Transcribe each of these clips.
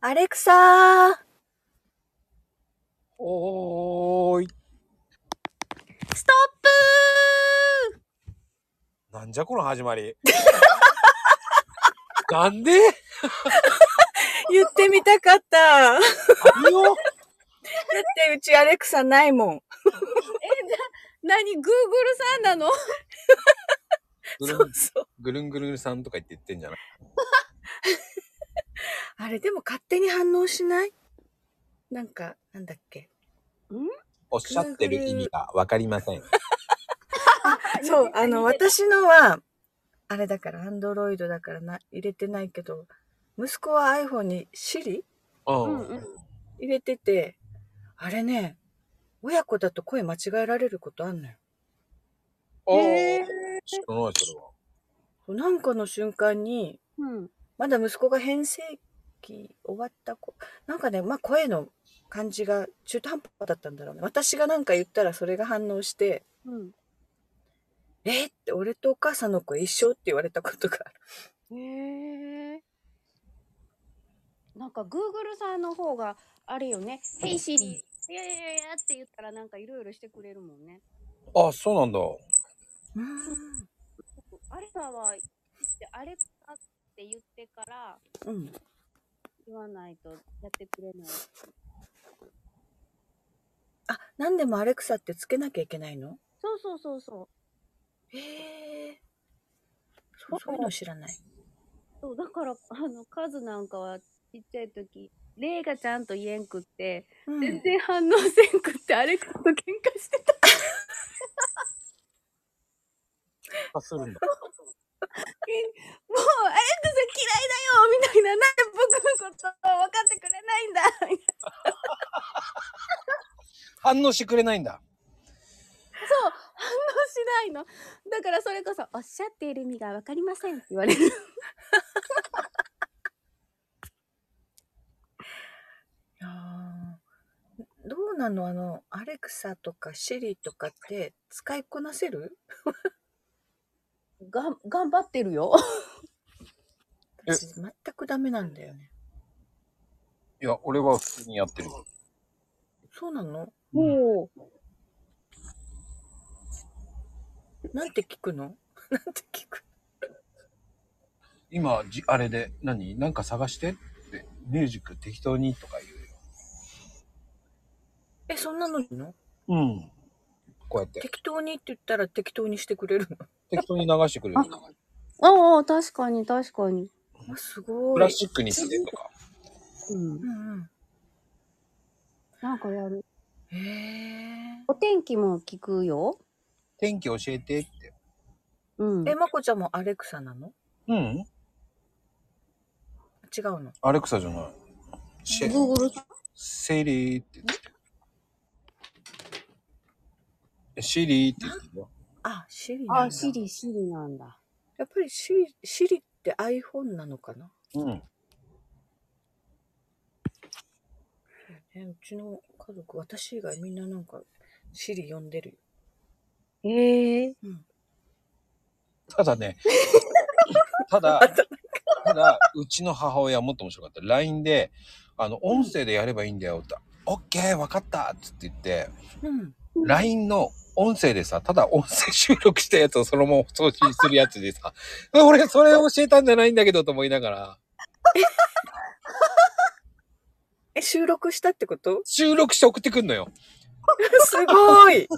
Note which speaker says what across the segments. Speaker 1: アレクサー、
Speaker 2: おーい。
Speaker 1: ストップ
Speaker 2: なんじゃこの始ま り。なんで
Speaker 1: ー言ってみたかった。だっ
Speaker 2: 何を
Speaker 1: てうちアレクサないもん。
Speaker 3: なに、グーグルさんなの
Speaker 2: ぐ
Speaker 1: そ
Speaker 2: る
Speaker 1: うんそう。
Speaker 2: ぐるんぐるんさんとか言って言ってんじゃない
Speaker 1: あれでも勝手に反応しないなんか、なんだっけ。
Speaker 2: おっしゃってる意味がわかりません。
Speaker 1: そう、あの、私のは、あれだから、アンドロイドだからな、入れてないけど、息子は iPhone に Siri
Speaker 2: うん。
Speaker 3: うん
Speaker 1: 入れてて、あれね、親子だと声間違えられることあんのよ。
Speaker 2: お
Speaker 3: へ
Speaker 2: ー
Speaker 3: ー。
Speaker 2: 知らない、それは。
Speaker 1: なんかの瞬間に、
Speaker 3: うん。
Speaker 1: まだ息子が変声期終わった子なんかね、まあ、声の感じが中途半端だったんだろうね私が何か言ったらそれが反応して
Speaker 3: うん。
Speaker 1: 「えっ?」って俺とお母さんの声一緒って言われたことがある
Speaker 3: へえ。なんか Google さんの方があれよね。ヘイシリ、いやいやいやって言ったらなんかいろいろしてくれるもんね。
Speaker 2: あ、そうなんだ。
Speaker 3: アレサは、アレクサって言ってから
Speaker 1: うん
Speaker 3: 言わないとやってくれない。
Speaker 1: あ何でも「アレクサ」ってつけなきゃいけないの
Speaker 3: そうそうそうそう。
Speaker 1: へえそうそういうの知らない
Speaker 3: そうだから、あの、カズなんかはちっちゃい時、レイがちゃんと言えんくって、
Speaker 1: うん
Speaker 3: 全然反応せんくって、アレクサと喧嘩してた。
Speaker 2: あ、するんだ。
Speaker 3: もう、アレクサ嫌いだよみたいな、なんで僕のことを分かってくれないんだみたいな
Speaker 2: 反応してくれないんだ。
Speaker 3: そう、反応しないの。だからそれこそ、おっしゃっている意味が分かりませんって言われる。
Speaker 1: あーどうなのあの「アレクサ」とか「シリ」とかって使いこなせる
Speaker 3: がん、頑張ってるよ。
Speaker 2: え
Speaker 1: 私全くダメなんだよね
Speaker 2: いや、俺は普通にやってる。
Speaker 1: そうなの
Speaker 3: おお。
Speaker 1: なんて聞くの なんて聞く
Speaker 2: 今、じあれで、何なんか探してって、ミュージック適当にとか言
Speaker 1: え、そんなのいいの
Speaker 2: うよ。うん。こうやって。
Speaker 1: 適当にって言ったら適当にしてくれる
Speaker 2: 適当に流してくれる。
Speaker 3: ああ、確かに、確かに。
Speaker 1: の。あ、すご
Speaker 2: プラ
Speaker 1: い
Speaker 2: ス。チックにするとか。
Speaker 3: うん
Speaker 1: う。んうん。
Speaker 3: なんかやる。
Speaker 1: へえ。
Speaker 3: お天気も聞くよ。
Speaker 2: 天気教えてって。
Speaker 3: うん。
Speaker 1: え、まこちゃんもアレクサなの
Speaker 2: うん
Speaker 1: 違うの。
Speaker 2: アレクサじゃない。シェ
Speaker 3: Google さん
Speaker 2: セリーって言ってるえ。シリーって言ってるよ。
Speaker 1: あ、シリなんだ。
Speaker 3: あ、シ。リ、シリなんだ。
Speaker 1: やっぱりシリ、シリって iPhone なのかな
Speaker 2: うん。
Speaker 1: え、うちの家族、私以外みんななんか、シリ呼んでるよ。
Speaker 3: へえ。
Speaker 1: うん。
Speaker 2: ただ ね、ただ、ただ、うちの母親はもっと面白かった。LINE で、あの、音声でやればいいんだよって、オッケーわかったっつって言って、
Speaker 1: うん。
Speaker 2: LINE の音声でさ、ただ音声収録したやつをそのまま送信するやつでさ、俺それ教えたんじゃないんだけどと思いながら、
Speaker 1: え、収録したってこと
Speaker 2: 収録して送ってくんのよ。
Speaker 1: すごい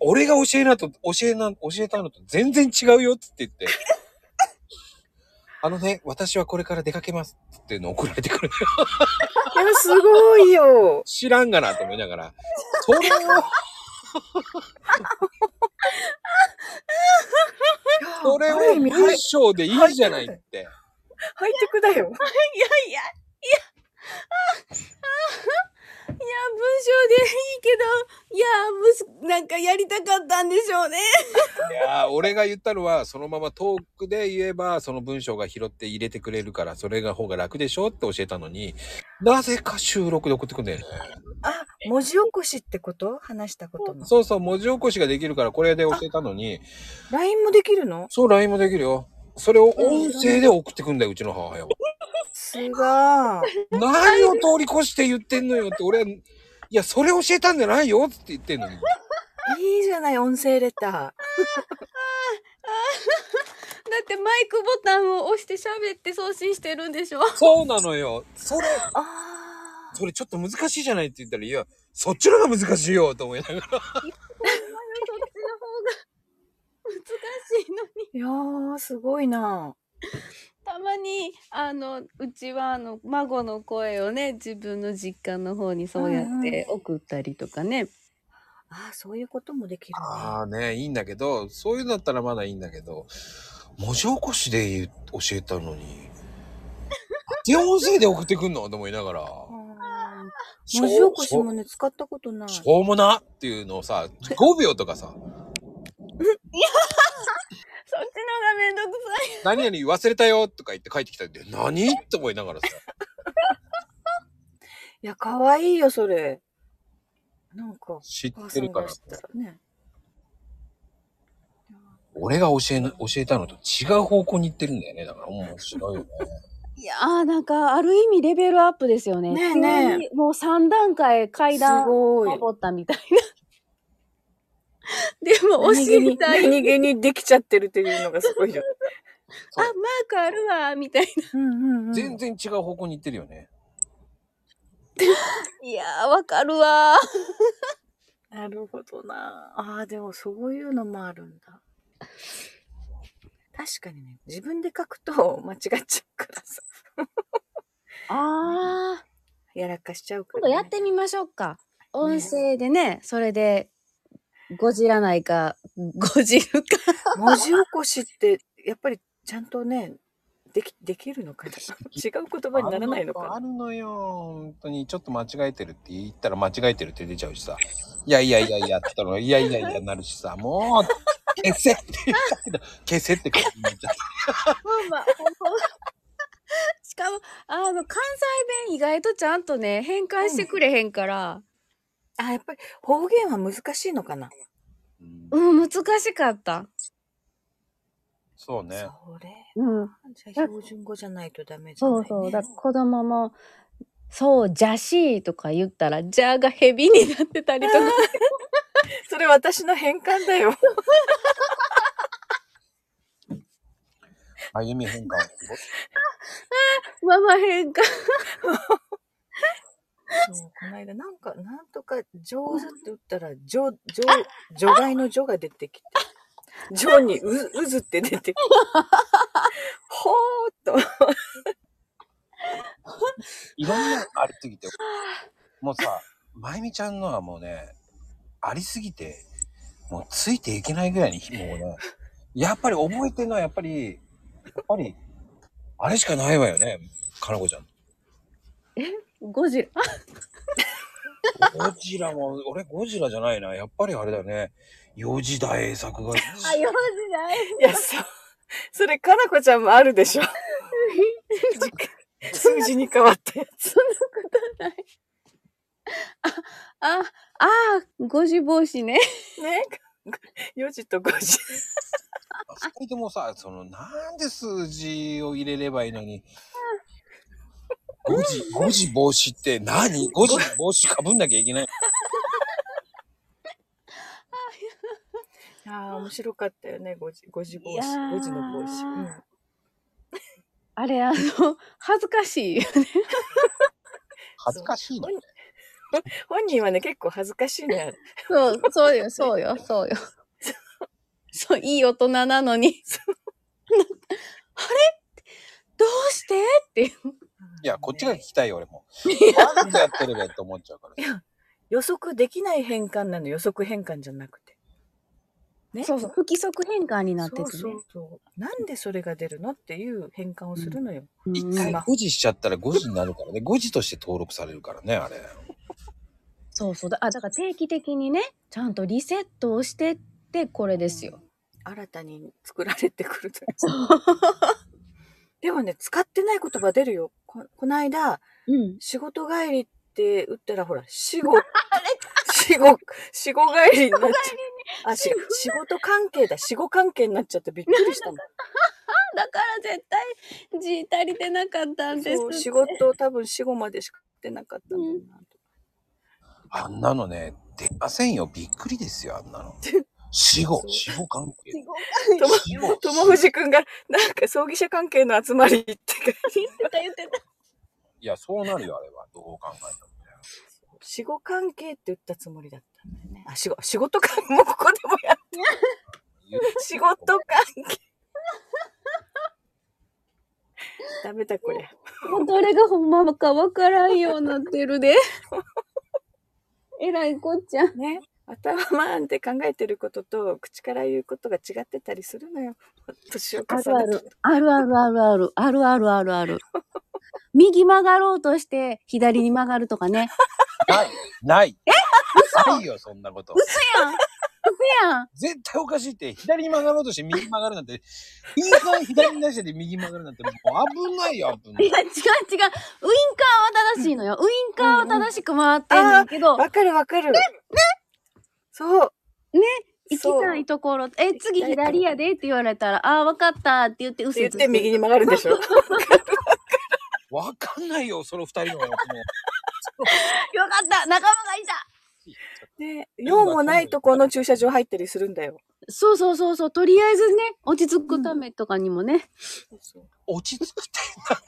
Speaker 2: 俺が教えなと、教えな、教えたのと全然違うよっつって言って。あのね、私はこれから出かけますっつっていうの送られてくるの
Speaker 1: い
Speaker 2: よ。
Speaker 1: や、すごいよ
Speaker 2: 知らんがなと思いながら。それを、
Speaker 1: いや
Speaker 2: それ
Speaker 1: ある
Speaker 2: を
Speaker 1: 意味
Speaker 2: 文章でいいじゃないって。
Speaker 1: ハイテクだよ。
Speaker 3: いやいや、いや、あああいや、文章でいいけど、いや、むす、なんかやりたかったんでしょうね。
Speaker 2: いやー、俺が言ったのは、そのままトークで言えば、その文章が拾って入れてくれるから、それが方が楽でしょって教えたのに、なぜか収録で送ってくんだよね。
Speaker 1: あ、文字起こしってこと話したことの。
Speaker 2: そうそう、文字起こしができるから、これで教えたのに、
Speaker 1: LINE もできるの
Speaker 2: そう、LINE もできるよ。それを音声で送ってくんだよ、うちの母親は。
Speaker 1: すが。
Speaker 2: 何を通り越して言ってんのよって俺は、いや、それ教えたんじゃないよって言ってんのに。
Speaker 1: いいじゃない、音声レタ
Speaker 3: だってマイクボタンを押して喋って送信してるんでしょ
Speaker 2: そうなのよ。それ、
Speaker 1: ー。あ
Speaker 2: それちょっと難しいじゃないって言ったら、いや、そっちの方が難しいよと思いながら。
Speaker 3: そっちの方が難しいのに
Speaker 1: ー。いやー、すごいな。
Speaker 3: たまにあのうちはあの孫の声をね自分の実家の方にそうやって送ったりとかね、
Speaker 1: ああ、そういうこともできるね。
Speaker 2: ああね、いいんだけど、そういうのだったらまだいいんだけど、文字起こしで言う教えたのに、 で、音声で送ってくんのと思いながら、
Speaker 1: あー
Speaker 2: しょ
Speaker 1: 文
Speaker 2: う
Speaker 1: 字起こし
Speaker 2: しょ。
Speaker 1: もね、使ったことないう
Speaker 2: しょうもなっていうのをさ、5秒とかさ、
Speaker 3: そっちの方がめんどくさい
Speaker 2: 何々忘れたよとか言って帰ってきたんで、何って思いながらさ、
Speaker 1: いや、かわいいよ、それ。なんか、
Speaker 2: 知っ
Speaker 1: お母
Speaker 2: て
Speaker 1: さ
Speaker 2: る
Speaker 1: ん
Speaker 2: か
Speaker 1: が
Speaker 2: ら
Speaker 1: 知。ったらね。
Speaker 2: 俺が教えの、教えたのと違う方向に行ってるんだよね。だから面白いよね。
Speaker 3: いやーなんかある意味レベルアップですよね
Speaker 1: ねえねえ
Speaker 3: 急にもう3段階階
Speaker 1: す
Speaker 3: 段
Speaker 1: ごい。
Speaker 3: 登ったみたいな でも教えたいあマー
Speaker 1: 何気にできちゃってるっていうのがすごいよ。
Speaker 3: クあるわーみたいな
Speaker 1: うんうんうん。
Speaker 2: 全然違う方向に行ってるよね。
Speaker 3: いやーわかるわー
Speaker 1: なるほどな。ああ、でもそういうのもあるんだ。確かにね、自分で書くと間違っちゃうからさ。
Speaker 3: あー
Speaker 1: やらかしちゃうか
Speaker 3: 今
Speaker 1: ら、ね。
Speaker 3: 度やってみましょうか。音声でね、それで、ごじらないか、ごじるか。
Speaker 1: 文字起こしって、やっぱりちゃんとね、でき、できるのか な違う言葉にならないのかな
Speaker 2: あるのよ。本当に、ちょっと間違えてるって言ったら間違えてるって出ちゃうしさ。いやいやいやいやって言ったの、いやいやいやなるしさ、もう、消せって言ったけど、消せって感じになっちゃった。
Speaker 3: しかも、あの、関西弁意外とちゃんとね、変換してくれへんから、
Speaker 1: あ、やっぱり方言は難しいのかな、
Speaker 2: うん
Speaker 3: うん、難しかった。
Speaker 2: そ
Speaker 1: そ
Speaker 2: うね。
Speaker 1: れ。
Speaker 3: うん、
Speaker 1: じゃあ標準語じゃないとダメじゃな
Speaker 3: そ
Speaker 1: い、
Speaker 3: う
Speaker 1: ね。
Speaker 3: そう。だから子供も、そう、じゃしーとか言ったら、じゃがヘビになってたりと か。
Speaker 1: それ私の変換だよ。
Speaker 2: 歩み変化。
Speaker 3: ママ変換。
Speaker 1: そうこの間なんかなんとか上手って打ったら上上除外の除が出て きて上にう渦って出 てきてほーっと
Speaker 2: いろんなのありすぎて。もうさ、まゆみちゃんのはもうね、ありすぎて、もうついていけないぐらいに、もうね、やっぱり覚えてるのはやっぱり、やっぱり、あれしかないわよね、かなこちゃん。
Speaker 3: ゴジラ。
Speaker 2: ゴジラも、俺ゴジラじゃないな。やっぱりあれだよね。四時大栄作が。
Speaker 3: あ、よじない。
Speaker 1: いやそそれかなこちゃんもあるで しょ数字に変わったやつ
Speaker 3: あ、あー、ゴジ帽子ね。
Speaker 1: ね4時と5時
Speaker 2: 二人ともさ、その、なんで数字を入れればいいのに、五時、五時帽子って何五時帽子かぶんなきゃいけない。
Speaker 1: ああ面白かったよね5時5時
Speaker 3: い
Speaker 1: 帽
Speaker 3: や
Speaker 1: 子
Speaker 3: ー
Speaker 1: 5時の帽子、うん
Speaker 3: あれ、あの、恥ずかしい。
Speaker 2: 恥ずかしいな。
Speaker 1: 本人はね結構恥ずかしいの よ
Speaker 3: そう、そうよ、そうよ、そうよ。そう、いい大人なのに。あれどうしてっていう。
Speaker 2: いや、こっちが聞
Speaker 1: ね
Speaker 2: きたいよ、俺も。なんでやってるべって思っちゃうから。
Speaker 1: 予測できない変換なの予測変換じゃなくてね
Speaker 3: そうそう、不規則変換になっててね。
Speaker 1: そうそうそうなんでそれが出るのっていう変換をするのよ、
Speaker 3: うん
Speaker 2: 一回
Speaker 1: まあ
Speaker 2: 5時しちゃったら5時になるからね。5時として登録されるからね、あれ。
Speaker 3: そうそうだ。あ、だから定期的にね、ちゃんとリセットをしてって、これですよ。
Speaker 1: 新たに作られてくるという でもね使ってない言葉出るよここの間
Speaker 3: うん。
Speaker 1: 仕事帰りって打ったらほら死 後死後死後帰りになっちゃうあし仕事関係だ死後関係になっちゃってびっくりしたもん
Speaker 3: だから絶対字足りてなかったんです
Speaker 1: そう仕事多分死後までしかやってなかったんだろうなと
Speaker 2: あんなのね、出ませんよ。びっくりですよ、あんなの。死後、死後関係。
Speaker 1: とも
Speaker 2: 死後
Speaker 1: 友藤くんがなんか葬儀社関係の集まりって
Speaker 3: 言ってた言ってた
Speaker 2: いや、そうなるよ、あれは。どう考えてもね。
Speaker 1: 死後関係って言ったつもりだったんだよねあ仕事仕事関もうここでもや仕事関係ダメだこれ
Speaker 3: もうどれがほんまかわからんようになってる でえらいこっちゃん
Speaker 1: ね頭で考えてることと口から言うことが違ってたりするのよ年を重ねて
Speaker 3: あるあるあるあるあるあるあるある右曲がろうとして左に曲がるとかね
Speaker 2: ない。ない。ないよ、そんなこと。
Speaker 3: 嘘やん嘘やん
Speaker 2: 絶対おかしいって、左に曲がろうとして右に曲がるなんて、インカー左に出してて右に曲がるなんて、もう危ないよ、危ないい。
Speaker 3: や違う違うウインカーは正しいのよウインカーは正しく回ってんねんけど
Speaker 1: わかるわかる。そう。
Speaker 3: ね
Speaker 1: そ
Speaker 3: 行
Speaker 1: う
Speaker 3: きたいところえ次左やでって言われたらああ分かったって言って
Speaker 1: っ
Speaker 3: 嘘
Speaker 1: て言
Speaker 3: つ
Speaker 1: っ
Speaker 3: く
Speaker 1: て右に曲がるんでしょ。
Speaker 2: わかんないよ、その二人のやつも。
Speaker 3: よかった仲間がいた
Speaker 1: ね、用もないとこの駐車場入ったりするんだよ。
Speaker 3: そうそうそうそうとりあえずね落ち着くためとかにもね、
Speaker 2: 落ち着くって、 なんかわ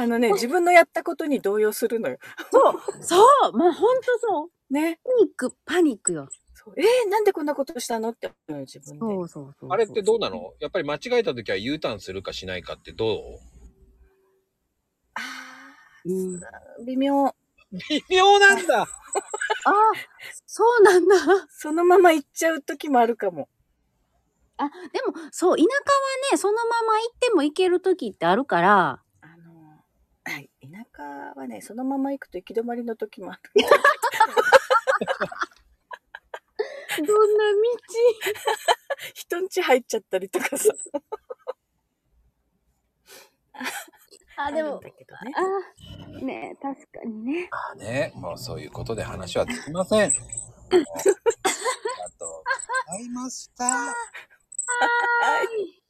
Speaker 2: かん
Speaker 1: あのね、自分のやったことに動揺するのよ。
Speaker 3: そうもうほんとそう
Speaker 1: ね。
Speaker 3: パニックパニックよ
Speaker 1: そうえー、なんでこんなことしたのって思うよ自分で。
Speaker 3: そうそうそう
Speaker 2: あれってどうなのやっぱり間違えた時は U ターンするかしないかってどう
Speaker 1: あ
Speaker 3: うん
Speaker 1: ー微妙。
Speaker 2: 微妙なんだ。
Speaker 3: あそうなんだ
Speaker 1: そのまま行っちゃう時もあるかも。
Speaker 3: あでもそう田舎はねそのまま行っても行ける時ってあるから
Speaker 1: あの、はい、田舎はね、そのまま行くと行き止まりの時もある。
Speaker 3: どんな道
Speaker 1: 人ん家入っちゃったりとかさ。
Speaker 3: あでも
Speaker 1: るんだけどね。
Speaker 3: あねえ確かにね
Speaker 2: まあね、もうそういうことで話はつきま せん。ありがとうございました。
Speaker 1: はい。